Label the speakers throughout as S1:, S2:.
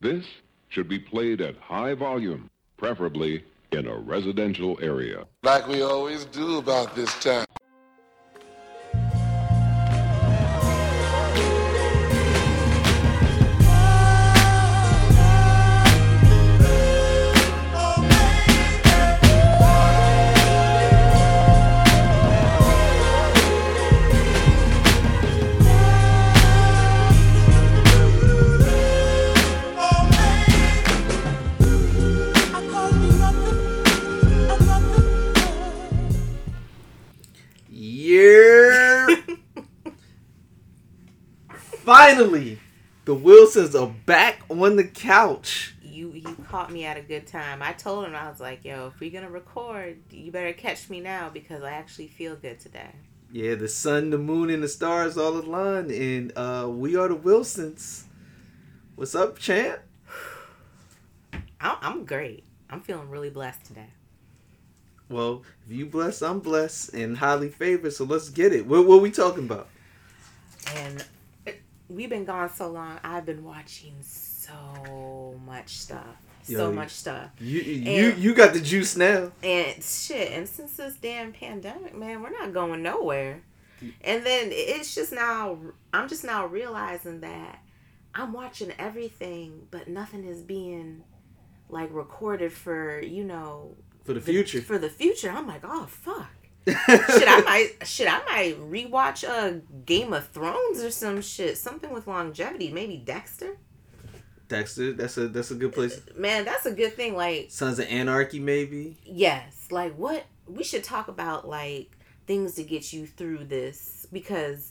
S1: This should be played at high volume, preferably in a residential area.
S2: like we always do about this time.
S3: Yeah. Finally, the Wilsons are back on the couch.
S4: You you caught me at a good time. I told him I was like, "Yo, if we're gonna record, you better catch me now because I actually feel good today."
S3: Yeah, the sun, the moon, and the stars all aligned, and uh, we are the Wilsons. What's up, champ?
S4: I'm, I'm great. I'm feeling really blessed today.
S3: Well, if you bless, I'm blessed and highly favored. So let's get it. What, what we talking about?
S4: And it- we've been gone so long. I've been watching so much stuff.
S3: Yo,
S4: so
S3: you-
S4: much stuff.
S3: You you
S4: And-
S3: you got the juice now.
S4: And shit, and since this damn pandemic, man, we're not going nowhere. And then it's just now, I'm just now realizing that I'm watching everything, but nothing is being like recorded for, you know,
S3: for the
S4: the-
S3: future.
S4: For the future. I'm like, oh, fuck. shit, I might, shit, I might rewatch uh, Game of Thrones or some shit. Something with longevity. Maybe Dexter?
S3: Dexter, that's a that's a good place.
S4: Man, that's a good thing. Like,
S3: Sons of Anarchy, maybe.
S4: Yes, like what we should talk about, like things to get you through this because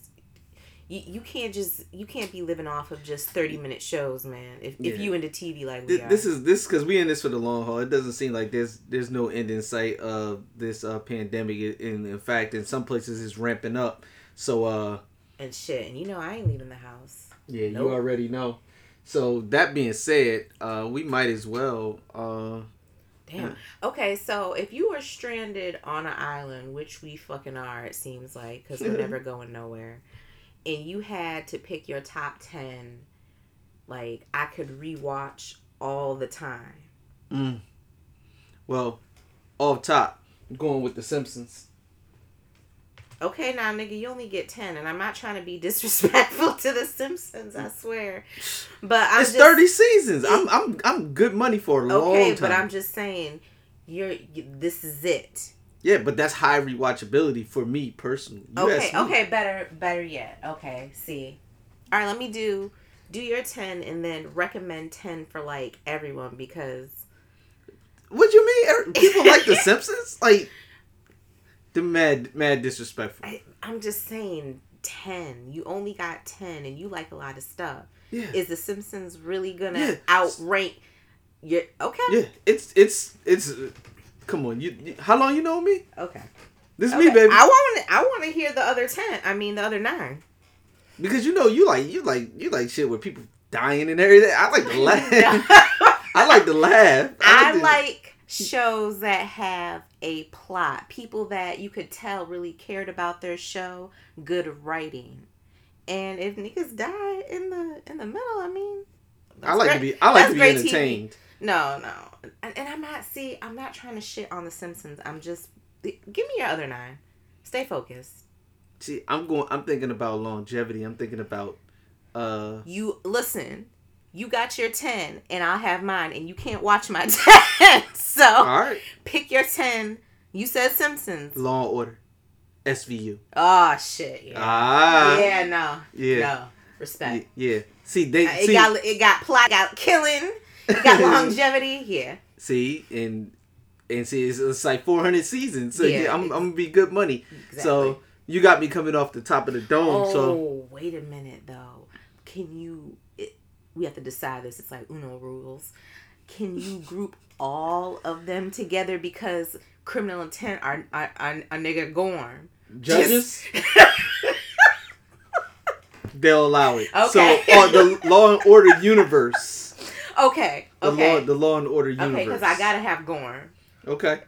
S4: you, you can't just you can't be living off of just thirty minute shows, man. If, if
S3: Yeah.
S4: you into TV like we
S3: Th-
S4: are,
S3: this is this because we in this for the long haul. It doesn't seem like there's there's no end in sight of this uh, pandemic. In in fact, in some places it's ramping up. So uh,
S4: and shit, and you know I ain't leaving the house.
S3: yeah,
S4: Nope.
S3: you already know. So that being said, uh, we might as well. Uh,
S4: Damn. Okay, so if you were stranded on an island, which we fucking are, it seems like, because we're never going nowhere, and you had to pick your top ten, like I could rewatch all the time.
S3: well, off top, going with the Simpsons.
S4: Okay, now nigga, you only get ten, and I'm not trying to be disrespectful to the Simpsons. I swear, but I'm
S3: it's
S4: just,
S3: thirty seasons. I'm I'm I'm good money for a
S4: Okay,
S3: long time.
S4: but I'm just saying, you're you, this is it.
S3: yeah, but that's high rewatchability for me personally. You
S4: okay,
S3: ask me.
S4: okay, better, better yet. Okay, see, all right, let me do do your ten, and then recommend ten for like everyone because
S3: What you mean? Er- People like The Simpsons? Like the mad, mad disrespectful.
S4: I, I'm just saying ten. You only got ten, and you like a lot of stuff.
S3: Yeah,
S4: Is the Simpsons really gonna
S3: Yeah.
S4: outrank? your Okay.
S3: yeah. It's it's it's. uh, Come on, you, you- How long you know me?
S4: Okay.
S3: This
S4: Okay,
S3: me, baby.
S4: I want I want to hear the other ten. I mean the other nine.
S3: because you know you like you like you like shit with people dying and everything. I like to laugh. I like to laugh.
S4: I
S3: to-
S4: like shows that have a plot. People that you could tell really cared about their show. Good writing. And if niggas die in the in the middle, I mean,
S3: I like to
S4: great-
S3: be. I like
S4: that's
S3: to be
S4: great TV.
S3: entertained.
S4: no, no. And, and I'm not see. I'm not trying to shit on the Simpsons. I'm just give me your other nine. Stay focused.
S3: See, I'm going. I'm thinking about longevity. I'm thinking about. uh
S4: You listen. You got your ten, and I'll have mine, and you can't watch my ten. So
S3: All right,
S4: pick your 10 you said simpsons
S3: Law and Order, SVU.
S4: oh shit yeah,
S3: Ah, yeah,
S4: yeah no
S3: yeah.
S4: no respect
S3: yeah. See, they
S4: Uh,
S3: see,
S4: it got it got plot got killing it got longevity yeah
S3: See, and and see, it's, it's like 400 seasons, so yeah,
S4: Yeah,
S3: I'm, I'm
S4: ex-
S3: gonna be good money. So you got me coming off the top of the dome.
S4: oh
S3: So
S4: wait a minute though can you it, we have to decide this it's like uno rules can you group all of them together because criminal intent are are, are, are nigga gone
S3: judges, they'll allow it.
S4: Okay.
S3: So on the Law and Order universe,
S4: okay
S3: the
S4: okay
S3: law, the Law and Order universe.
S4: okay because i gotta have gorn
S3: Okay.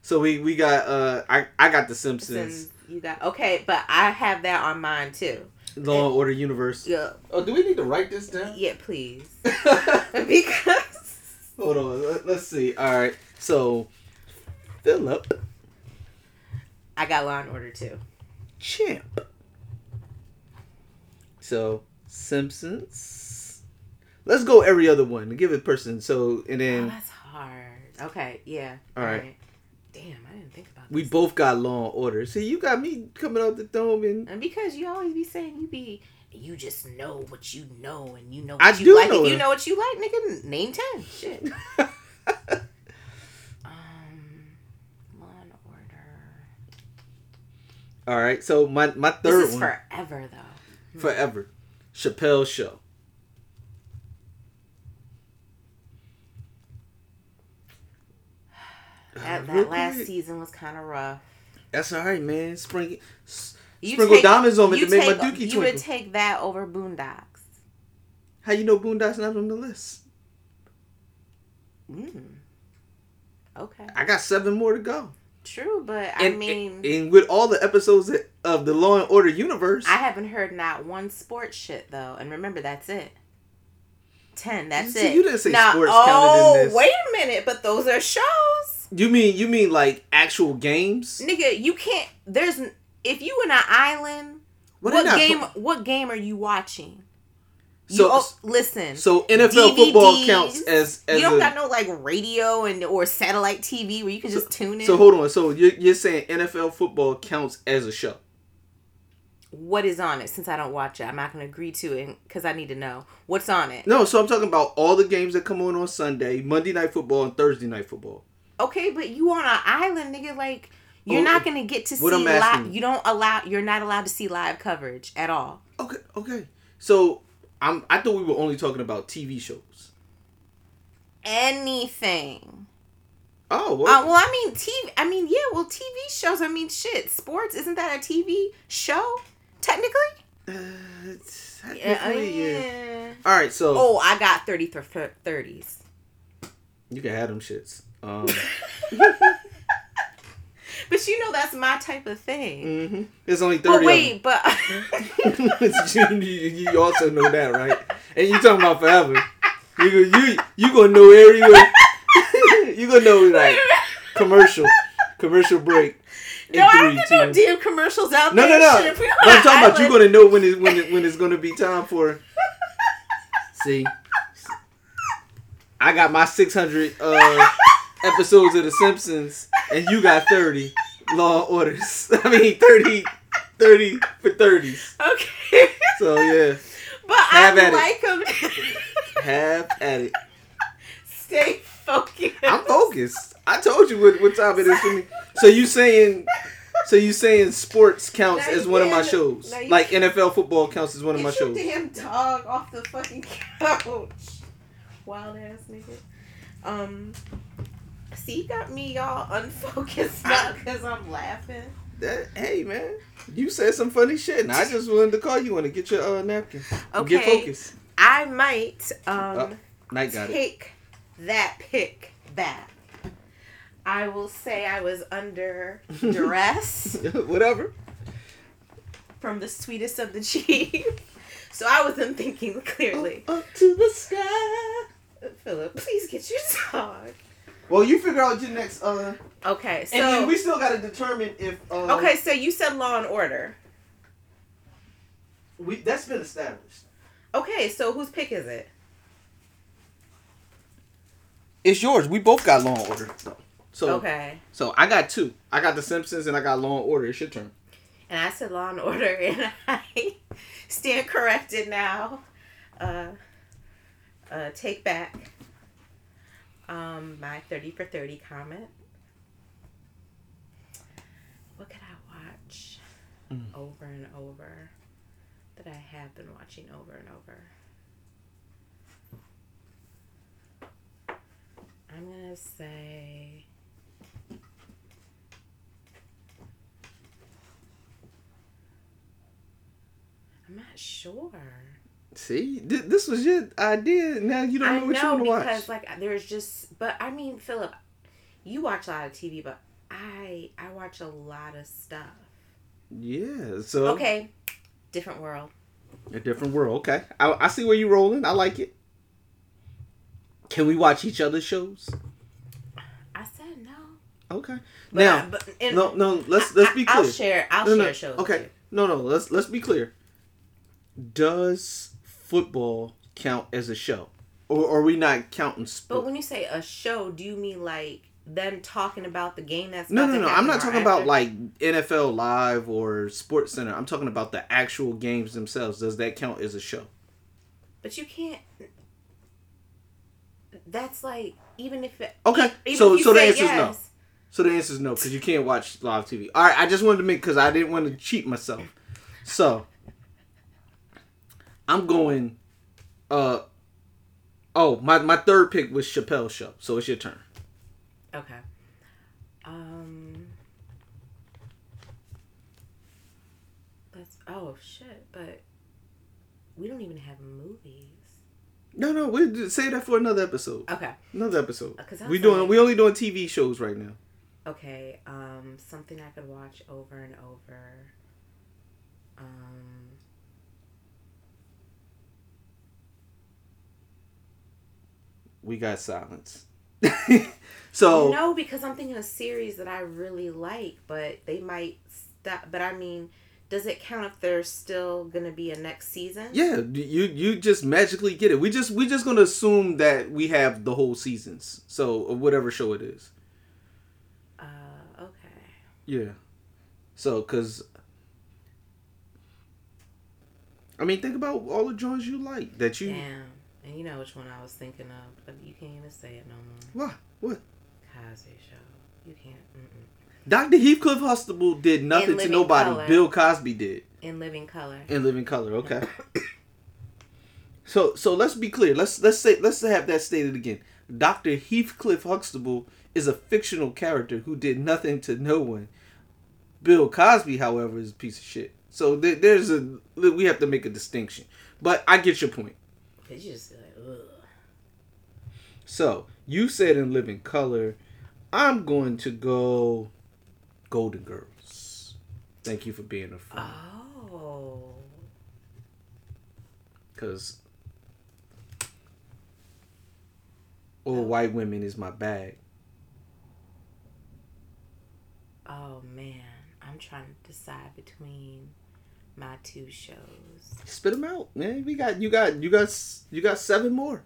S3: So we we got uh I I got the Simpsons,
S4: Simpsons, you got okay but i have that on mine too
S3: Law and Order universe.
S4: yeah
S3: Oh, do we need to write this down?
S4: Yeah, please. because
S3: Hold on. Let, let's see. All right. So, Philip
S4: I got Law and Order too.
S3: Champ. So, Simpsons. Let's go every other one. Give it person. So, and
S4: Oh,
S3: then
S4: that's hard. Okay, yeah.
S3: All right.
S4: Damn, I didn't think about
S3: we
S4: this.
S3: both got Law and Order. See, you got me coming out the dome, and
S4: And because you always be saying you be, you just know what you know, and you know what
S3: I
S4: you
S3: do
S4: like.
S3: know
S4: if you
S3: it.
S4: know what you like, nigga, name ten. Shit. um, Law and Order.
S3: all right. So my my
S4: Uh, This
S3: third
S4: is
S3: one
S4: forever though.
S3: forever, Chappelle Show.
S4: That,
S3: Really?
S4: that last season was kind of rough.
S3: Uh, That's all right, man. Spring. s-
S4: You
S3: Sprinkle diamonds on me
S4: you
S3: to make my
S4: take-
S3: dookie
S4: You
S3: twinkle.
S4: would take that over Boondocks.
S3: How you know Boondocks not on the list?
S4: Mm. Okay,
S3: I got seven more to go.
S4: true, but I
S3: And,
S4: mean,
S3: and with all the episodes that- of the Law and Order universe,
S4: I haven't heard not one sports shit though, and remember that's it. Ten, that's
S3: See,
S4: it.
S3: you didn't say sports counted in
S4: oh,
S3: this.
S4: wait a minute, but those are shows,
S3: you mean you mean like actual games?
S4: nigga. You can't. There's n- if you in an island.
S3: Well, they're
S4: what
S3: not
S4: game?
S3: put-
S4: what game are you watching? You,
S3: So-
S4: oh, listen.
S3: So NFL football
S4: DVDs.
S3: counts as as
S4: you don't
S3: a,
S4: got no like radio and or satellite TV where you can just tune in.
S3: So hold on. So you're, you're saying NFL football counts as a show?
S4: what is on it? Since I don't watch it, I'm not gonna agree to it because I need to know what's on it.
S3: No. So I'm talking about all the games that come on on Sunday, Monday night football, and Thursday night football.
S4: Okay, but you on an island, nigga. Like you're
S3: Oh,
S4: not gonna get to
S3: what
S4: see
S3: I'm asking
S4: live.
S3: you-
S4: You don't allow. You're not allowed to see live coverage at all.
S3: Okay. Okay. So I'm. I thought we were only talking about TV shows.
S4: Anything.
S3: Oh
S4: Uh,
S3: well.
S4: well, I mean TV. I mean, yeah. Well, TV shows. I mean, shit. Sports isn't that a TV show? Technically.
S3: uh, technically,
S4: Yeah. uh,
S3: yeah.
S4: yeah.
S3: All right. So
S4: Oh, I got thirty for thirties.
S3: you can have them shits. Um,
S4: But you know that's my type of thing.
S3: mhm. There's only
S4: But
S3: thirty.
S4: wait, but
S3: Of them. you, you- you also know that, right? And you talking about forever. You go- you you gonna know every. you gonna know like commercial, commercial break. in
S4: no, I don't
S3: three,
S4: get no
S3: two.
S4: damn commercials out
S3: No,
S4: there.
S3: no, no.
S4: Shit, if we on
S3: But I'm
S4: an
S3: talking about you
S4: island-
S3: gonna know when it's when it, when it's gonna be time for. See, I got my 600 uh, episodes of The Simpsons, and you got 30 Law and Orders. I mean 30, 30 for 30s.
S4: Okay,
S3: So yeah,
S4: but
S3: Have
S4: I
S3: at it.
S4: like them.
S3: have at it.
S4: Stay focused.
S3: I'm focused. I told you what, what time it is for me. So you saying. So you saying sports counts
S4: Now
S3: as
S4: you
S3: one of my
S4: damn-
S3: shows,
S4: now you-
S3: like NFL football counts as one of my
S4: Get your
S3: shows.
S4: damn dog off the fucking couch. Wild ass nigga. Um, see, you got me y'all unfocused
S3: Ah.
S4: now because I'm laughing.
S3: That, hey man, you said some funny shit, and I just wanted to call you on to get your uh, napkin. and Get
S4: Okay.
S3: focused.
S4: I might um
S3: Oh, Night got it.
S4: take that pick back. I will say I was under duress.
S3: Whatever.
S4: from the sweetest of the chief. So I wasn't thinking clearly.
S3: Up to the sky.
S4: Philip, please get your dog.
S3: Well, you figure out your next. Uh,
S4: Okay, so
S3: and then we still gotta determine if. Uh,
S4: okay, so you said Law and Order.
S3: We that's been established.
S4: Okay, so whose pick is it?
S3: It's yours. We both got Law and Order. though. So
S4: Okay,
S3: so I got two. I got The Simpsons and I got Law and Order. It's your turn.
S4: and I said Law and Order, and I stand corrected now. Uh, uh, take back um my thirty for thirty comment. What could I watch over and over that I have been watching over and over? I'm gonna say. I'm not sure.
S3: See, Th- this was your idea. Now you don't know what you want to watch.
S4: because like there's just but I mean Philip, you watch a lot of TV, but I I watch a lot of stuff.
S3: yeah. So
S4: Okay, different world.
S3: a different world. Okay, I, I see where you're rolling. I like it. Can we watch each other's shows?
S4: I said no.
S3: Okay.
S4: But
S3: now,
S4: I- but- and-
S3: no, no. Let's let's be
S4: I-
S3: clear.
S4: I'll share. I'll
S3: no,
S4: share
S3: no.
S4: shows.
S3: Okay.
S4: with
S3: No, no. Let's let's be clear. Does football count as a show, or are we not counting
S4: But
S3: sports?
S4: when you say a show, do you mean like them talking about the game that's
S3: No,
S4: about
S3: no,
S4: to
S3: no. I'm
S4: happen
S3: not
S4: or
S3: talking about
S4: after?
S3: like NFL Live or Sports Center. I'm talking about the actual games themselves. Does that count as a show?
S4: But you can't. That's like even if it,
S3: Okay.
S4: E- even
S3: so
S4: if you
S3: so the
S4: say
S3: answer is no.
S4: yes,
S3: So the answer is no because you can't watch live TV. All right, I just wanted to make because I didn't want to cheat myself. So I'm going. Uh oh, my my third pick was Chappelle Show. So it's your turn.
S4: no. Okay. Um. That's oh shit, but we don't even have movies.
S3: No, no, we will say that for another episode.
S4: Okay.
S3: Another episode.
S4: Uh, 'Cause I
S3: We
S4: was
S3: doing
S4: like-
S3: we only doing TV shows right now.
S4: Okay. Um. Something I could watch over and over. Um.
S3: We got silence. so
S4: No, because I'm thinking of series that I really like, but they might stop. But I mean, does it count if there's still gonna be a next season?
S3: yeah, you you just magically get it. We just we just gonna assume that we have the whole seasons. So of whatever show it is.
S4: Uh, okay.
S3: Yeah. So, cause I mean, think about all the joints you like that you.
S4: Damn. And you know which one I was thinking of, but you can't even say it no more.
S3: What? What?
S4: Cosby Show. You can't. Mm-mm.
S3: Doctor Heathcliff Huxtable did nothing to
S4: Living
S3: nobody.
S4: Colour.
S3: Bill Cosby did
S4: In Living Color.
S3: in Living Color. Okay. so so let's be clear. Let's let's say let's have that stated again. Doctor Heathcliff Huxtable is a fictional character who did nothing to no one. Bill Cosby, however, is a piece of shit. So there, there's a we have to make a distinction. But I get your point.
S4: Cause you just be like, ugh.
S3: So you said in Living Color, I'm going to go Golden Girls. Thank you for being a
S4: Ah.
S3: friend.
S4: Oh.
S3: Cause all white women is my bag.
S4: Oh man, I'm trying to decide between my two shows.
S3: Spit them out, man. We got you got you got s- you got seven more.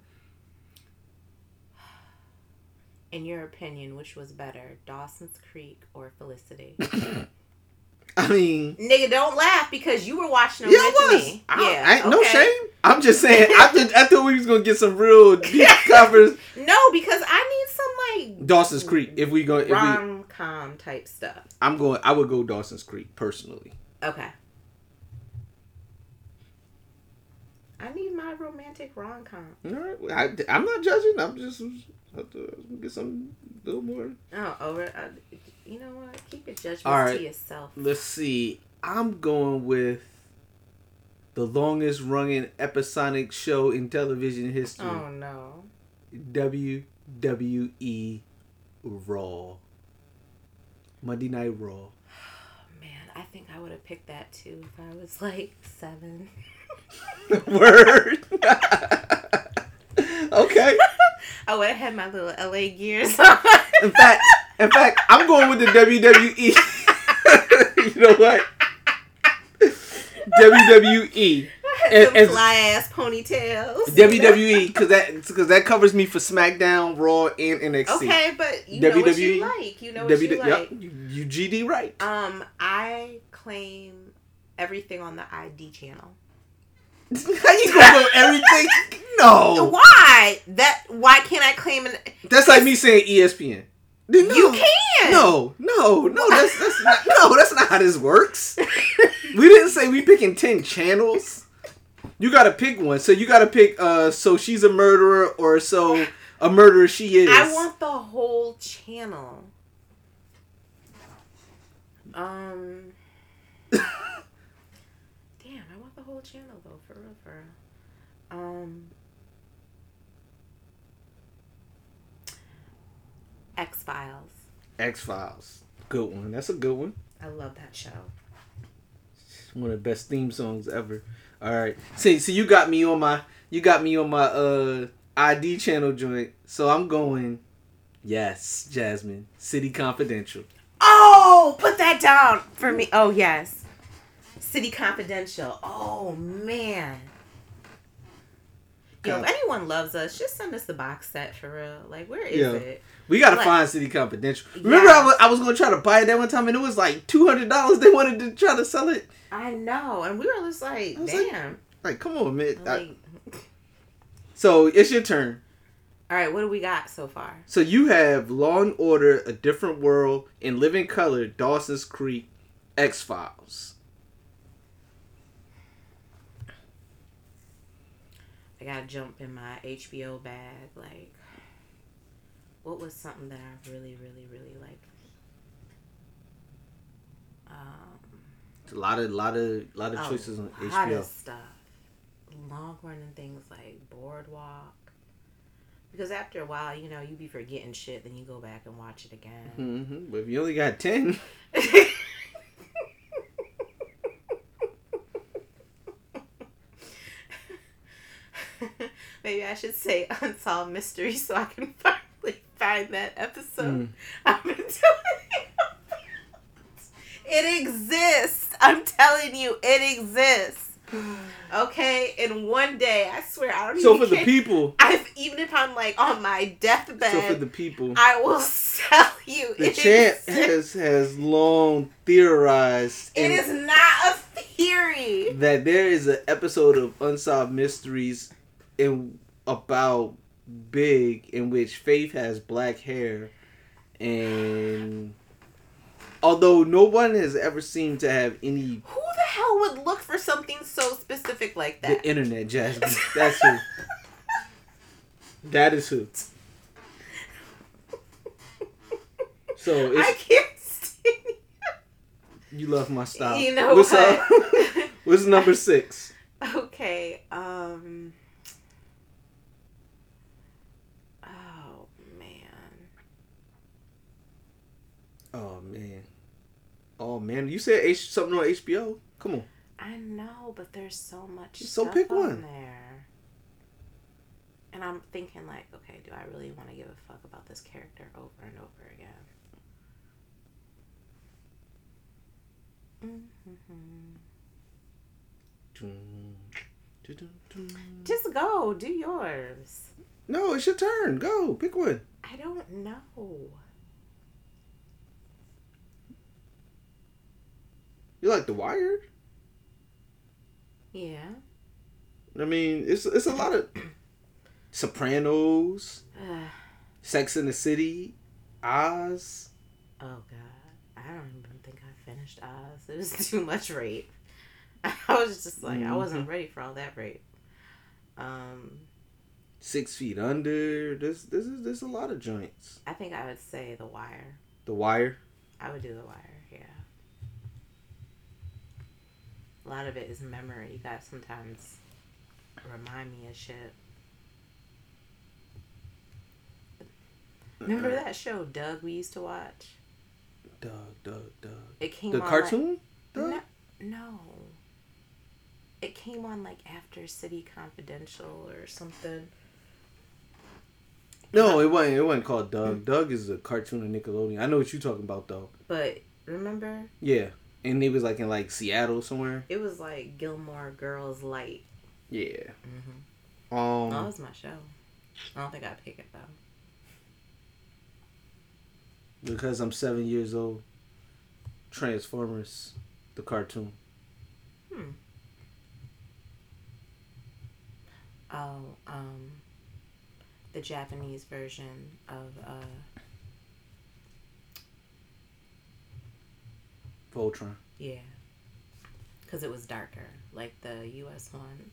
S4: In your opinion, which was better, Dawson's Creek or Felicity?
S3: I mean,
S4: Nigga, don't laugh because you were watching them
S3: yeah,
S4: with
S3: it was.
S4: me.
S3: I,
S4: yeah,
S3: I ain't- no
S4: okay.
S3: shame. I'm just saying. I thought I thought we was gonna get some real deep covers.
S4: No, because I need some like
S3: Dawson's Creek. If we go, if we,
S4: rom com type stuff.
S3: I'm going. I would go Dawson's Creek personally.
S4: Okay. I need my romantic rom com.
S3: All right. well, I, I'm not judging. I'm just I thought I was gonna get some little more.
S4: Oh, over. Uh, you know what? Keep your judgments
S3: All right.
S4: to yourself.
S3: Let's see. I'm going with the longest running episodic show in television history.
S4: Oh no.
S3: WWE E Raw. Monday Night Raw.
S4: Man, I think I would have picked that too if I was like seven.
S3: Word. okay.
S4: Oh, I would have had my little LA gears on.
S3: In fact, in fact, I'm going with the WWE. you know what? WWE. And-
S4: Them
S3: and-
S4: fly ass
S3: E.
S4: ponytails.
S3: WWE because E, that because that covers me for SmackDown, Raw, and NXT.
S4: Okay, but you know what
S3: WWE,
S4: you like. You know what you
S3: WW
S4: like.
S3: Yep, you, you GD right.
S4: Um, I claim everything on the ID channel.
S3: How you gonna go everything? No,
S4: Why? That why can't I claim an
S3: that's like me saying E ESPN. No,
S4: You can.
S3: No, no, no. That's that's not, no. That's not how this works. We didn't say we picking ten channels. You gotta pick one. So you gotta pick. Uh, so she's a murderer, or so a murderer she is.
S4: I want the whole channel. Um Damn, I want the whole channel though, for real, for real. Um X Files.
S3: X Files. Good one. That's a good one.
S4: I love that show.
S3: one of the best theme songs ever. All right, see, see, you got me on my, you got me on my uh ID channel joint. So I'm going. Yes, Jasmine. City Confidential.
S4: Oh, put that down for me. Oh yes, City Confidential. Oh man. Yo, if
S3: Con-
S4: anyone loves us, just send us the box set for real. Like, where is
S3: Yeah.
S4: it?
S3: We gotta
S4: What?
S3: find City Confidential. Remember, I
S4: Yes.
S3: was I was gonna try to buy it that one time, and it was like two hundred dollars. They wanted to try to sell it.
S4: I know, and we were just like,
S3: I was like-
S4: damn.
S3: Like, come on, man. I-
S4: Like,
S3: so it's your turn.
S4: all right, what do we got so far?
S3: So you have Law and Order, A Different World, and Living Color, Dawson's Creek, X Files.
S4: I gotta jump in my HBO bag. Like, what was something that I really, really, really liked? Um,
S3: A lot of, lot of, lot of
S4: Oh, a
S3: choices on
S4: lot
S3: HBO.
S4: of stuff. Longhorn and things like Boardwalk. Because after a while, you know, you be forgetting shit, then you go back and watch it again.
S3: hmm But if you only got ten,
S4: Maybe I should say unsolved mystery so I can finally find that episode.
S3: Mm.
S4: I've been telling you. It exists. I'm telling you, it exists. Okay, in one day, I swear I don't
S3: so
S4: even
S3: for the
S4: care.
S3: people,
S4: I've even if I'm like on my deathbed,
S3: so for the people,
S4: I will sell you.
S3: the
S4: it
S3: champ has
S4: exists.
S3: has long theorized and-
S4: It is not a theory.
S3: that there is an episode of Unsolved Mysteries in about Big in which Faith has black hair and although no one has ever seemed to have any
S4: Who the hell would look for something so specific like that?
S3: the internet Jasmine. That's who. That is who. So
S4: I
S3: it's,
S4: can't stand
S3: you love my style.
S4: You know
S3: What's
S4: what?
S3: up? What's number six?
S4: Okay, um Oh man.
S3: Oh man. Oh man. You said H- something on HBO? Come on.
S4: I know, but there's so much
S3: So
S4: stuff
S3: pick
S4: on
S3: one.
S4: there. And I'm thinking like, okay, do I really want to give a fuck about this character over and over again? Mhm. Just go, do yours.
S3: No, it's your turn. Go pick one.
S4: I don't know.
S3: You like The Wire?
S4: Yeah.
S3: I mean, it's it's a lot of Sopranos,
S4: Ugh.
S3: Sex in the City, Oz.
S4: Oh god, I don't even think I finished Oz. It was too much rape. I was just like, I wasn't ready for all that rape. Um,
S3: Six Feet Under. This this is there's a lot of joints.
S4: I think I would say The Wire.
S3: The Wire.
S4: I would do The Wire. Yeah. A lot of it is memory. You gotta sometimes remind me of shit. Remember
S3: Uh-uh.
S4: that show Doug we used to watch?
S3: Doug, Doug, Doug.
S4: It came
S3: The
S4: on like-
S3: cartoon. Doug.
S4: No, no. It came on like after City Confidential or something.
S3: No, it wasn't. It wasn't called
S4: Mm.
S3: Doug. Doug is a cartoon of Nickelodeon. I know what you're talking about though.
S4: But remember,
S3: Yeah, and it was like in like Seattle somewhere.
S4: it was like Gilmore Girls Light.
S3: Yeah.
S4: Mm-hmm.
S3: Um.
S4: that was my show. I don't think I pick it though.
S3: Because I'm seven years old. Transformers, the cartoon.
S4: Hmm. Oh, um, the Japanese version of uh,
S3: Voltron.
S4: yeah, because it was darker. Like the U.S. one.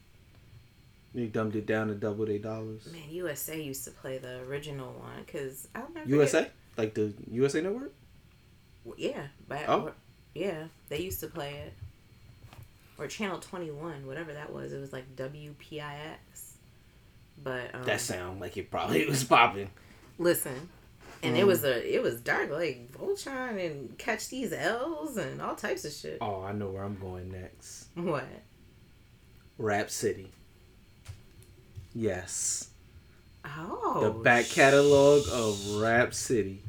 S3: They dumbed it down to double their dollars.
S4: Man, USA used to play the original one because I don't know.
S3: USA? Like the USA Network?
S4: Well, Yeah, but
S3: Oh.
S4: or- yeah, they used to play it. Or Channel Twenty One, whatever that was. It was like WPIX. But um,
S3: That sound like it probably was popping.
S4: listen, and
S3: Mm.
S4: it was a it was dark like Voltron and catch these L's and all types of shit.
S3: Oh, I know where I'm going next.
S4: What?
S3: Rap City. Yes.
S4: Oh.
S3: the back catalog of Rap City,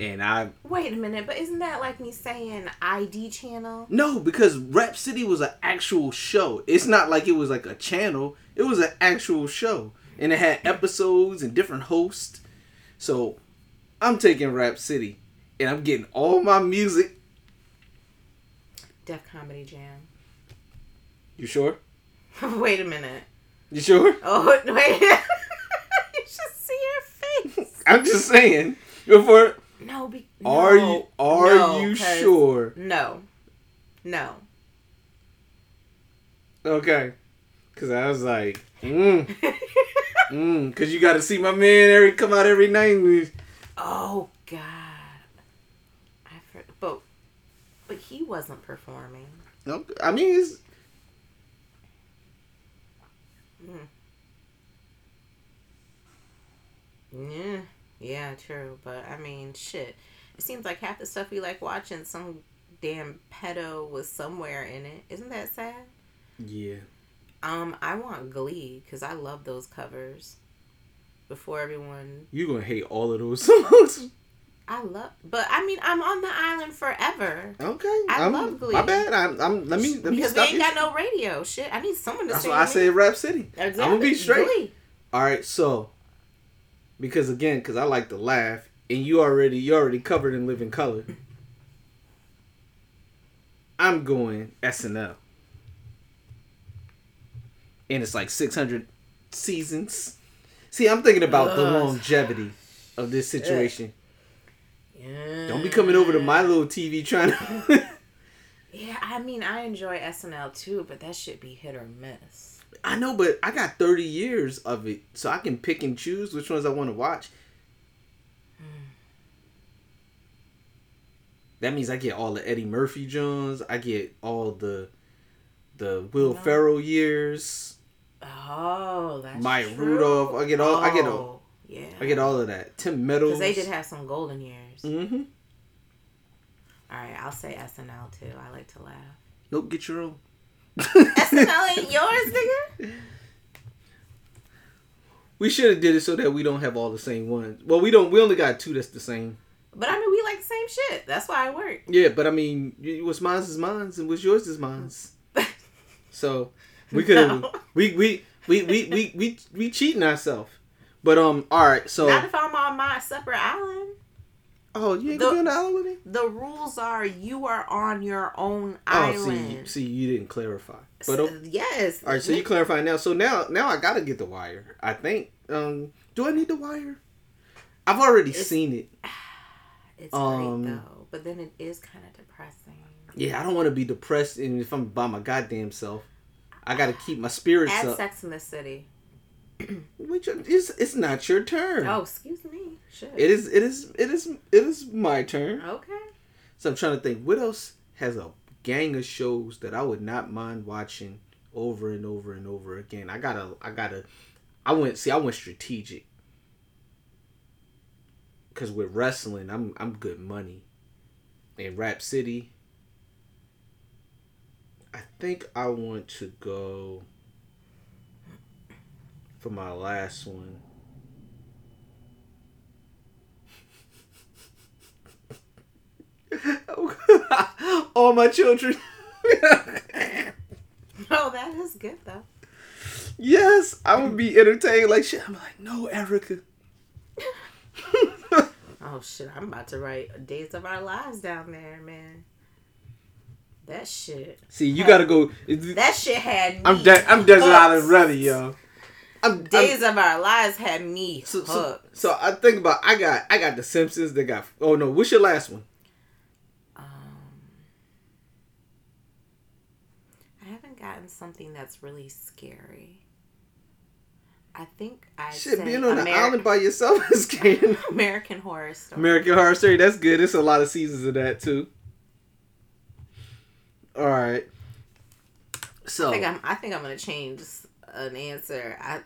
S3: and I
S4: Wait a minute, but isn't that like me saying ID channel?
S3: no because Rap City was an actual show. It's not like it was like a channel. It was an actual show, and it had episodes and different hosts. So, I'm taking Rap City, and I'm getting all my music.
S4: Def Comedy Jam.
S3: You sure?
S4: wait a minute.
S3: You sure?
S4: Oh, wait. you should see your face.
S3: I'm just saying. Before
S4: No, be,
S3: are
S4: no,
S3: you are
S4: no,
S3: you
S4: 'cause-
S3: sure?
S4: No. No.
S3: Okay. Cause I was like, mm, mm, cause you got to see my man every come out every night.
S4: oh, God. I for, but, but he wasn't performing.
S3: No, I mean, it's,
S4: Yeah, yeah, true. But I mean, shit. It seems like half the stuff we like watching, some damn pedo was somewhere in it. Isn't that sad?
S3: yeah.
S4: Um, I want Glee because I love those covers. Before everyone,
S3: You gonna hate all of those songs.
S4: I love, but I mean, I'm on the island forever
S3: Okay,
S4: I
S3: I'm-
S4: love Glee.
S3: My bad. I'm. I'm let me. Let me
S4: because we
S3: stop
S4: ain't
S3: you.
S4: got no radio. Shit, I need someone to.
S3: That's
S4: sing
S3: why I
S4: to
S3: say
S4: me.
S3: Rap City.
S4: Exactly.
S3: I'm gonna be straight.
S4: Glee.
S3: All right, so because again, because I like to laugh, and you already you already covered in Living Color. I'm going SNL, and it's like 600 seasons. See, I'm thinking about the
S4: Ugh.
S3: longevity of this situation.
S4: Yeah.
S3: Don't be coming over to my little TV trying to.
S4: Yeah, I mean, I enjoy SNL too, but that should be hit or miss.
S3: I know, but I got 30 years of it, so I can pick and choose which ones I want to watch. That means I get all the Eddie Murphy Jones, I get all the the Will
S4: No.
S3: Ferrell years,
S4: Oh, that's
S3: Maya
S4: true.
S3: Rudolph, I get all- I get all-
S4: Oh, Yeah.
S3: I get all of that. Tim Meadows.
S4: Because they did have some golden years.
S3: Mm-hmm.
S4: All right, I'll say SNL too. I like to laugh.
S3: Nope, get your own.
S4: SNL ain't yours, nigga.
S3: We should have did it so that we don't have all the same ones. Well, we don't. We only got two that's the same.
S4: But I mean, we like the same shit. That's why I work.
S3: Yeah, but I mean, y- what's mine is mine's, and what's yours is mine's. So we could have
S4: No.
S3: we, we, we, we, we, we, we cheating ourselves. But um, all right. So
S4: Not if I'm on my separate island.
S3: oh, you ain't
S4: the-
S3: going to island with me?
S4: The rules are you are on your own
S3: Oh, see, you-
S4: island.
S3: see, you didn't clarify. But um,
S4: yes.
S3: all right, so you clarify now. So now, now I gotta get the wire. I think. Um, do I need the wire? I've already
S4: It's-
S3: seen it.
S4: It's
S3: um,
S4: great though, but then it is kind of depressing.
S3: Yeah, I don't want to be depressed, and if I'm by my goddamn self, I gotta keep my spirits
S4: Add
S3: up.
S4: Sex in the City.
S3: Which it's it's not your turn.
S4: Oh, excuse me. Shit.
S3: It is it is it is it is my turn.
S4: Okay.
S3: So I'm trying to think what else has a gang of shows that I would not mind watching over and over and over again. I gotta I gotta I went see I went strategic. Cause with wrestling I'm I'm good money. And Rap City. I think I want to go for my last one. All my children.
S4: Oh, that is good though.
S3: yes, I would be entertained like shit. I'm like, no, Erica.
S4: Oh shit, I'm about to write Days of Our Lives down there, man. That shit.
S3: See, you gotta go.
S4: That shit had me.
S3: I'm de- I'm desert
S4: hooked.
S3: island ready, yo. I'm, I'm
S4: Days of Our Lives had me
S3: so,
S4: hooked.
S3: so, so I think about I got I got the Simpsons. They got oh no, what's your last one?
S4: I haven't gotten something that's really scary. I think I
S3: Shit,
S4: say
S3: being on an
S4: Ameri-
S3: island by yourself is scary.
S4: American Horror Story.
S3: American Horror Story. That's good. It's a lot of seasons of that too. All right. So
S4: I think I'm. I think I'm gonna change an answer. I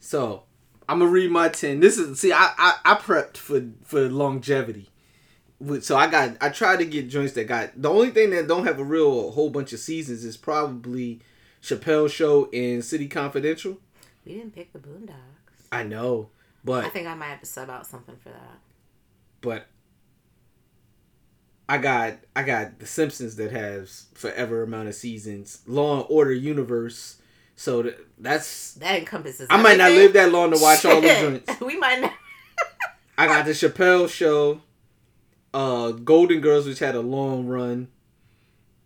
S3: So I'm gonna read my ten. This is see, I I, I prepped for for longevity. With- So I got I tried to get joints that got the only thing that don't have a real whole bunch of seasons is probably Chappelle Show and City Confidential.
S4: we didn't pick the Boondocks.
S3: I know,
S4: I
S3: But
S4: think I might have to sub out something for that.
S3: but I got I got The Simpsons that has forever amount of seasons. Law and Order universe. So th- that's
S4: That encompasses.
S3: I might not live that
S4: everything.
S3: long to watch all the
S4: Shit.
S3: joints.
S4: we might not.
S3: I got the Chappelle Show, uh, Golden Girls, which had a long run.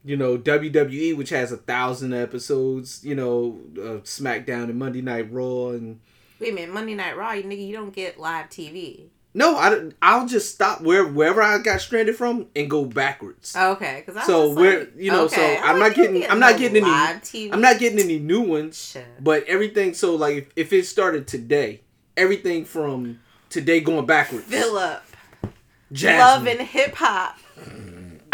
S3: You know WWE, which has a thousand episodes. You know uh, SmackDown and Monday Night Raw, and
S4: Wait a minute, Monday Night Raw, you nigga, you don't get live TV.
S3: no, I don't- I'll just stop where wherever I got stranded from and go backwards.
S4: Okay, because I
S3: So
S4: was Oh, just
S3: we're-
S4: like,
S3: you know, so
S4: okay,
S3: I'm not
S4: like, you don't
S3: getting-
S4: get
S3: I'm not
S4: no
S3: getting any-
S4: live TV.
S3: I'm not getting any new ones,
S4: Shit.
S3: but everything. So like, if, if it started today, everything from today going backwards.
S4: Philip,
S3: Jasmine.
S4: love and hip hop.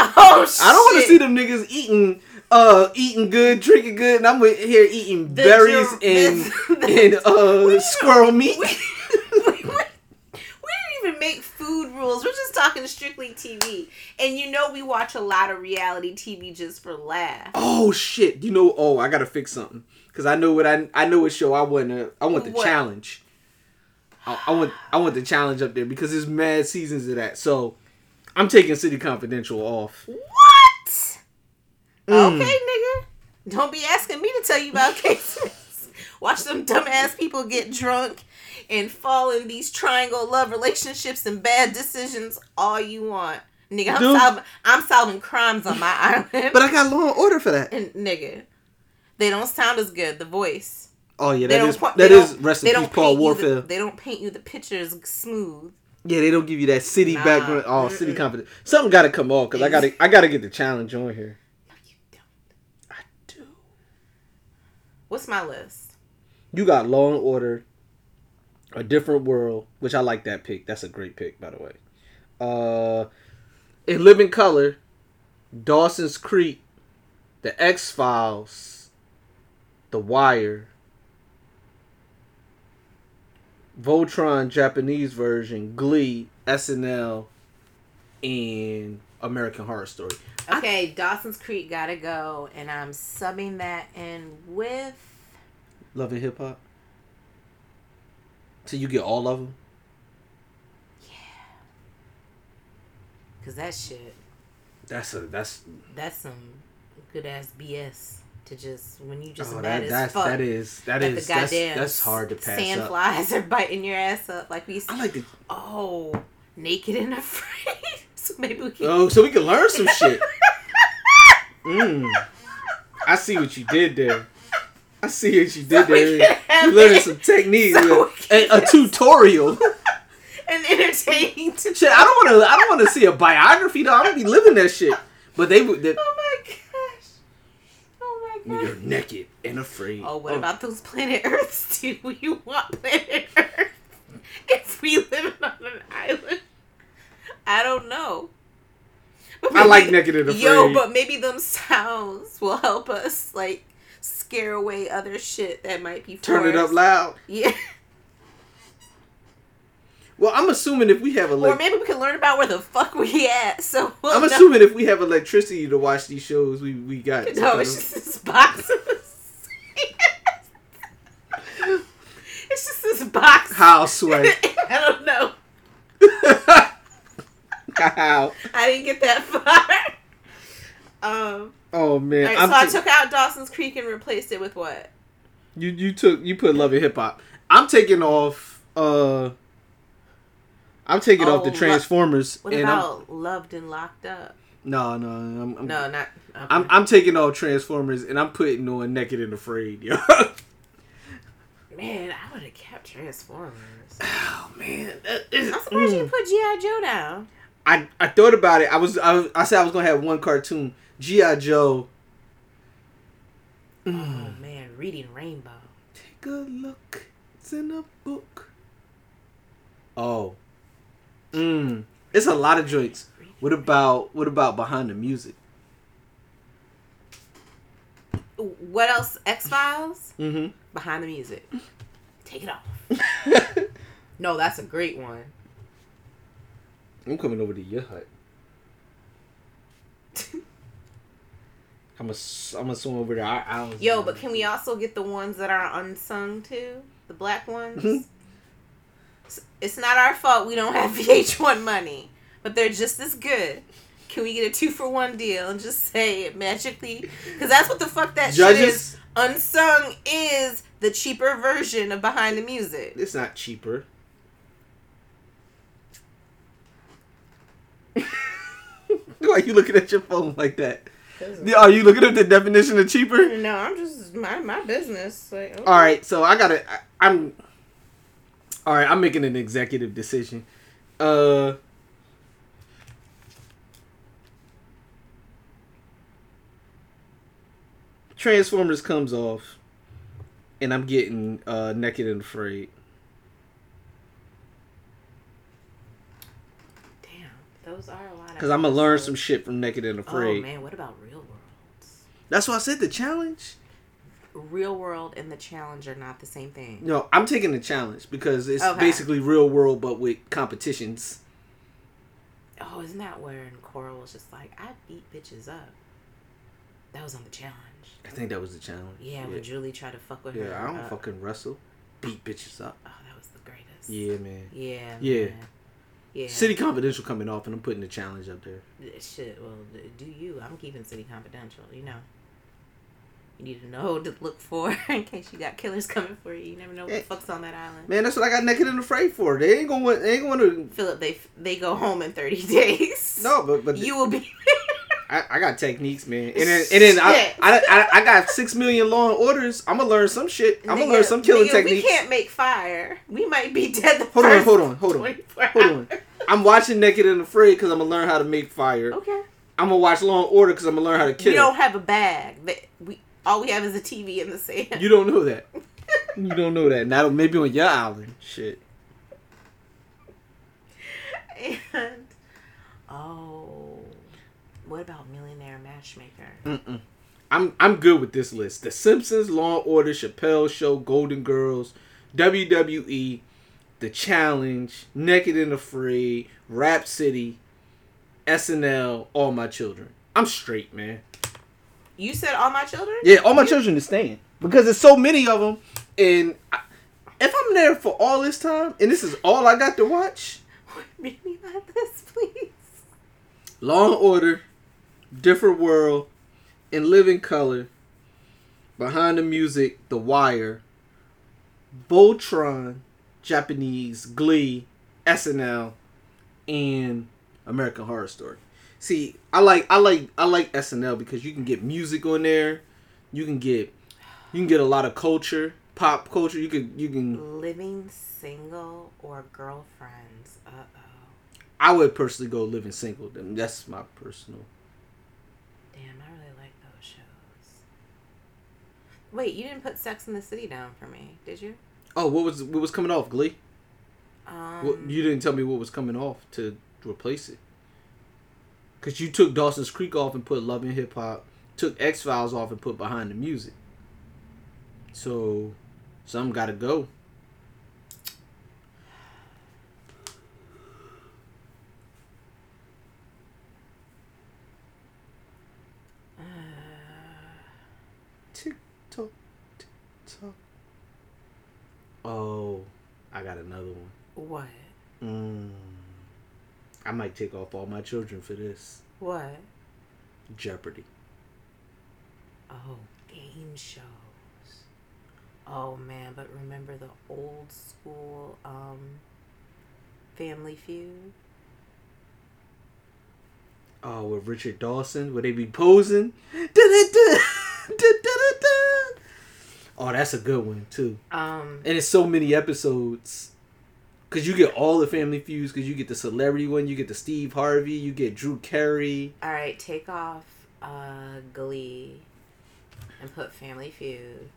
S4: Oh shit!
S3: I don't want to see them niggas eating, uh, eating good, drinking good, and I'm with- here eating
S4: The
S3: berries
S4: Jer-
S3: and and
S4: the-
S3: uh squirrel meat.
S4: We, we, we, didn't even make food rules. We're just talking strictly TV, and you know we watch a lot of reality TV just for laughs.
S3: oh shit! You know, oh, I gotta fix something because I know what I I know what show I want to I want the
S4: What?
S3: challenge. I, I want I want the challenge up there because there's mad seasons of that. So I'm taking City Confidential off.
S4: What?
S3: Mm.
S4: Okay, nigga. Don't be asking me to tell you about cases. Watch them dumbass people get drunk and fall in these triangle love relationships and bad decisions all you want. Nigga, I'm,
S3: Dude.
S4: solving, I'm solving crimes on my island.
S3: But I got Law and Order for that.
S4: and, nigga, they don't sound as good, the voice.
S3: Oh yeah,
S4: They
S3: that
S4: don't
S3: is
S4: point-
S3: that
S4: they
S3: is
S4: don't-
S3: rest
S4: they
S3: in peace
S4: don't
S3: Paul
S4: paint you the-
S3: Warfield.
S4: they don't paint you the pictures smooth.
S3: Yeah, they don't give you that city
S4: Nah.
S3: background. Oh, city confidence. Something got to come off because I got to. I got to get the challenge on here.
S4: No, you don't.
S3: I do.
S4: What's my list?
S3: You got Law and Order, A Different World, which I like that pick. That's a great pick, by the way. Uh, In Living Color, Dawson's Creek, The X Files, The Wire, Voltron Japanese version, Glee, SNL, and American Horror Story.
S4: Okay, Dawson's Creek gotta go, and I'm subbing that in with.
S3: Love and Hip Hop. So you get all of them.
S4: Because that shit,
S3: That's a that's
S4: that's some good ass BS to just, when you just
S3: Oh,
S4: mad
S3: that,
S4: as
S3: that's,
S4: fuck.
S3: that is that
S4: that
S3: is that's, that's hard to pass
S4: sand
S3: up.
S4: flies are biting your ass up like we
S3: I like the
S4: oh naked and afraid so maybe we can
S3: oh, so we can learn some shit. Mm. I see what you did there. I see what you did
S4: So we
S3: there.
S4: can have
S3: You learning
S4: it.
S3: some techniques,
S4: So we
S3: a, a tutorial.
S4: and entertain to
S3: shit, I don't want to. I don't want to see a biography though. I don't be living that shit. But they would. they-
S4: oh my gosh oh my
S3: You're
S4: gosh
S3: naked and afraid.
S4: oh what about those planet earths do you want planet earth if we live on an island I don't know But
S3: I like
S4: maybe-
S3: naked and afraid.
S4: Yo, but maybe them sounds will help us like scare away other shit that might be.
S3: turn it
S4: for
S3: up
S4: us.
S3: loud.
S4: Yeah,
S3: Well, I'm assuming if we have a
S4: or maybe we can learn about where the fuck we at. So we'll
S3: I'm
S4: know.
S3: assuming if we have electricity to watch these shows, we we got. some
S4: No,
S3: kind
S4: it's
S3: of-
S4: just this box. it's just this box.
S3: Houseway.
S4: I don't know.
S3: How?
S4: I didn't get that far. Um.
S3: Oh man,
S4: all right,
S3: I'm
S4: so I
S3: ta-
S4: took out Dawson's Creek and replaced it with what?
S3: you you took you put love and hip hop. I'm taking off. uh I'm taking off
S4: Oh,
S3: the
S4: Lo-
S3: Transformers.
S4: What
S3: and
S4: about Loved and Locked Up?
S3: I'm, no, no, I'm, I'm,
S4: No, not. okay.
S3: Mm. I'm I'm taking off Transformers and I'm putting on Naked and Afraid. Yo. Oh,
S4: Man, I would have kept Transformers.
S3: oh man, that is-
S4: I'm surprised you
S3: mm.
S4: put GI Joe down.
S3: I I thought about it. I was I, was- I said I was gonna have one cartoon. GI Joe.
S4: Oh man, reading Rainbow.
S3: Take a look. It's in a book. Oh. Mmm. It's a lot of joints. What about what about behind the music?
S4: What else? X Files.
S3: Mm-hmm.
S4: Behind the music. Take it off. No, that's a great one.
S3: I'm coming over to your hut. I'm a I'm gonna swim over to our island.
S4: Yo,
S3: Mm-hmm.
S4: but can we also get the ones that are unsung too? The black ones.
S3: Mhm.
S4: It's not our fault we don't have VH1 money, but they're just as good. Can we get a two for one deal and just say it magically? Because that's what the fuck that shit is.
S3: Judges,
S4: Unsung is the cheaper version of Behind the Music.
S3: it's not cheaper. Why are you looking at your phone like that? Are you looking at the definition of cheaper?
S4: No, I'm just my my business. Like, oh,
S3: All right, so I gotta. I, I'm. All right, I'm making an executive decision. Uh. Transformers comes off, and I'm getting uh, naked and afraid.
S4: Damn, those are a lot. of
S3: Cause I'm gonna learn some shit from Naked and
S4: Oh
S3: Afraid.
S4: man, what about Real Worlds?
S3: That's why I said the challenge.
S4: Real World and the Challenge are not the same thing.
S3: No, I'm taking the challenge because it's
S4: Okay.
S3: basically real world but with competitions.
S4: Oh, isn't that where and Coral was just like, I beat bitches up. That was on the challenge.
S3: I think that was the challenge.
S4: Yeah, when Julie tried to fuck with
S3: yeah.
S4: her.
S3: I don't
S4: uh,
S3: fucking wrestle. Beat bitches up.
S4: Oh, that was the greatest.
S3: Yeah, man.
S4: Yeah.
S3: Yeah.
S4: man. Yeah.
S3: City Confidential coming off, and I'm putting the challenge up there.
S4: Shit. Well, d- do you? I'm keeping City Confidential. You know. You need to know what to look for in case you got killers coming for you. You never know what the
S3: Eh.
S4: fuck's on that island.
S3: Man, that's what I got naked and afraid for. They ain't gonna. They ain't gonna.
S4: Philip, they f- they go home in 30 days.
S3: No, but but
S4: You will be.
S3: I, I got techniques, man, and then and then I,
S4: Shit.
S3: I, I I got six million law and orders. I'm gonna learn some shit. I'm gonna learn
S4: Nigga,
S3: some killing
S4: nigga,
S3: techniques.
S4: We can't make fire. We might be dead the
S3: Hold on,
S4: first
S3: hold on, hold on,
S4: 24
S3: Hold on.
S4: hours.
S3: I'm watching Naked and Afraid because I'm gonna learn how to make fire.
S4: Okay.
S3: I'm gonna watch Law and Order because I'm gonna learn how to
S4: We
S3: kill.
S4: don't have a bag. That we all we have is a TV in the sand.
S3: You don't know that. you don't know that. Now maybe on your island, shit.
S4: and oh, what about Millionaire Matchmaker?
S3: Mm-mm. I'm I'm good with this list. The Simpsons, Law and Order, Chappelle Show, Golden Girls, WWE, The Challenge, Naked and Afraid, Rap City, SNL, All My Children. I'm straight, man.
S4: You said all my children.
S3: Yeah, all my children is staying because there's so many of them, and I, if I'm there for all this time and this is all I got to watch,
S4: Read me like this, please.
S3: Law and Order, Different World, and Living Color, Behind the Music, The Wire, Voltron, Japanese, Glee, SNL, and American Horror Story. See, I like I like I like SNL because you can get music on there, you can get you can get a lot of culture, pop culture. You can you can
S4: Living single or girlfriends. Uh oh.
S3: I would personally go Living Single. That's my personal.
S4: Damn, I really like those shows. Wait, you didn't put Sex in the City down for me, did you?
S3: Oh, what was what was coming off Glee?
S4: Um,
S3: Well, you didn't tell me what was coming off to replace it. Cause you took Dawson's Creek off and put Love and Hip Hop, took X Files off and put Behind the Music. So, some got to go.
S4: Uh,
S3: Tick tock, tick tock. Oh, I got another one.
S4: what?
S3: Mm. I might take off all my children for this.
S4: What?
S3: Jeopardy.
S4: Oh, game shows. Oh man, but remember the old school um Family Feud?
S3: Oh, with Richard Dawson, would they be posing? Da-da-da, da-da-da-da. Oh, that's a good one too.
S4: Um
S3: And it's so many episodes. Cause you get all the Family Feuds. Cause you get the celebrity one. You get the Steve Harvey. You get Drew Carey.
S4: all right, take off uh Glee and put Family Feud.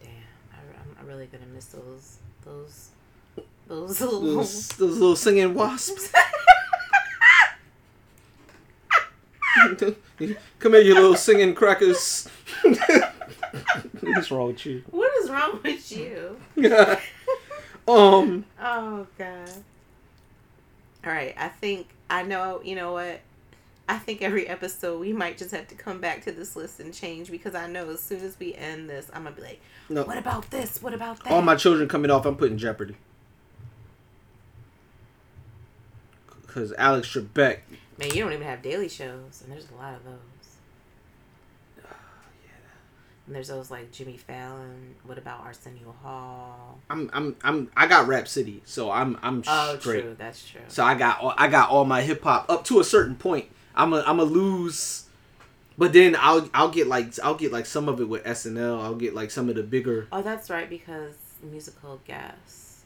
S4: Damn, I, I'm really gonna miss those those those little
S3: Those, those little singing wasps. Come here, you little singing crackers. What's wrong with you?
S4: What is wrong with you?
S3: um,
S4: Oh god. All right, I think I know. You know what? I think every episode we might just have to come back to this list and change because I know as soon as we end this, I'm gonna be like,
S3: No.
S4: "What about this? What about that?"
S3: All my children coming off, I'm putting Jeopardy. Because Alex Trebek.
S4: man, you don't even have daily shows, and there's a lot of those.
S3: Oh,
S4: And there's those like Jimmy Fallon. What about Arsenio Hall?
S3: I'm, I'm, I'm, I got Rap City, so I'm, I'm
S4: Oh,
S3: straight.
S4: true. That's true.
S3: So I got all, I got all my hip hop up to a certain point. I'm a, I'm a lose, but then I'll I'll get like I'll get like some of it with SNL. I'll get like some of the bigger
S4: oh, that's right because musical guests.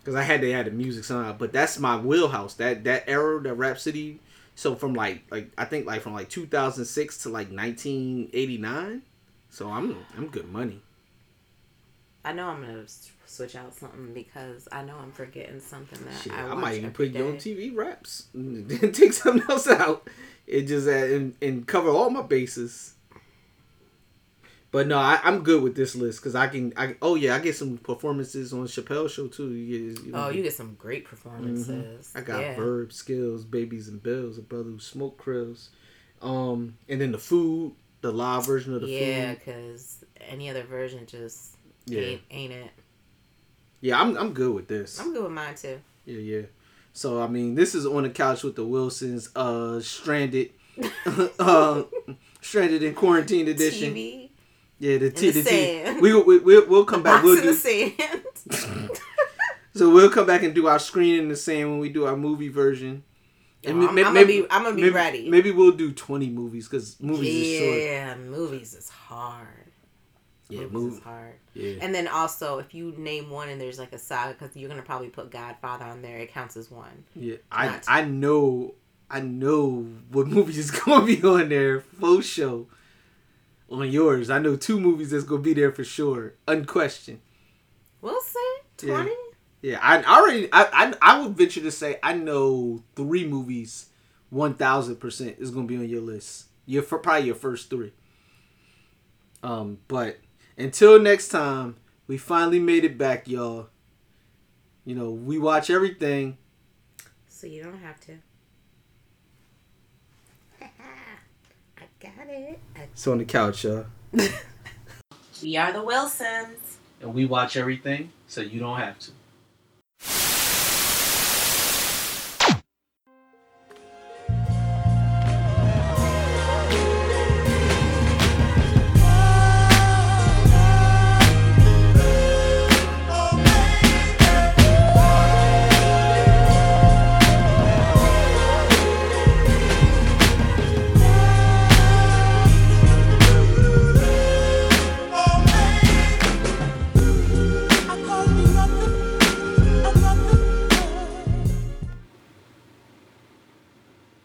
S3: because I had to add the music somehow. But that's my wheelhouse. That that era, that Rhapsody. So from like like I think like from like 2006 to like 1989. So I'm I'm good money.
S4: I know I'm gonna s- switch out something because I know I'm forgetting something that
S3: Shit,
S4: I,
S3: I,
S4: watch
S3: might even
S4: every
S3: put you on
S4: day.
S3: TV raps. Then take something else out. It just uh, and, and cover all my bases. But no, I, I'm good with this list because I can. I oh yeah, I get some performances on Chappelle show too. You get,
S4: Oh, you get some great performances.
S3: Mm-hmm. I got
S4: Yeah.
S3: verb skills, babies and bills, a brother who smoked krills, um, and then the food, the live version of the
S4: Yeah,
S3: food.
S4: because any other version just
S3: Yeah.
S4: ain't, ain't it.
S3: Yeah, I'm I'm good with this.
S4: I'm good with mine too.
S3: Yeah, yeah. So I mean, this is on the couch with the Wilsons, uh, stranded, uh, stranded in quarantine edition.
S4: TV,
S3: Yeah, the, t-
S4: the
S3: the, T.
S4: sand.
S3: We, we we we'll come back.
S4: box
S3: We'll
S4: in the
S3: do
S4: sand.
S3: so we'll come back and do our screen in the sand when we do our movie version.
S4: Yo,
S3: ma-
S4: I'm- I'ma be- I'ma be
S3: maybe-
S4: ready.
S3: Maybe we'll do twenty movies because movies is short.
S4: yeah, movies is hard.
S3: Yeah,
S4: movies
S3: mov-
S4: is hard.
S3: Yeah.
S4: And then also, if you name one and there's like a saga, because you're gonna probably put Godfather on there, it counts as one.
S3: Yeah, I
S4: Not-
S3: I know I know what movie is gonna be on there for show. On yours, I know two movies that's gonna be there for sure, unquestioned.
S4: We'll see.
S3: Yeah.
S4: Twenty.
S3: Yeah, I, I already I, I I would venture to say I know three movies, one thousand percent is gonna be on your list. Your fir- probably your first three. Um, but until next time, we finally made it back, y'all. You know, we watch everything.
S4: So you don't have to. I got it. I-
S3: It's on the couch, y'all.
S4: We are the Wilsons.
S3: and we watch everything so you don't have to.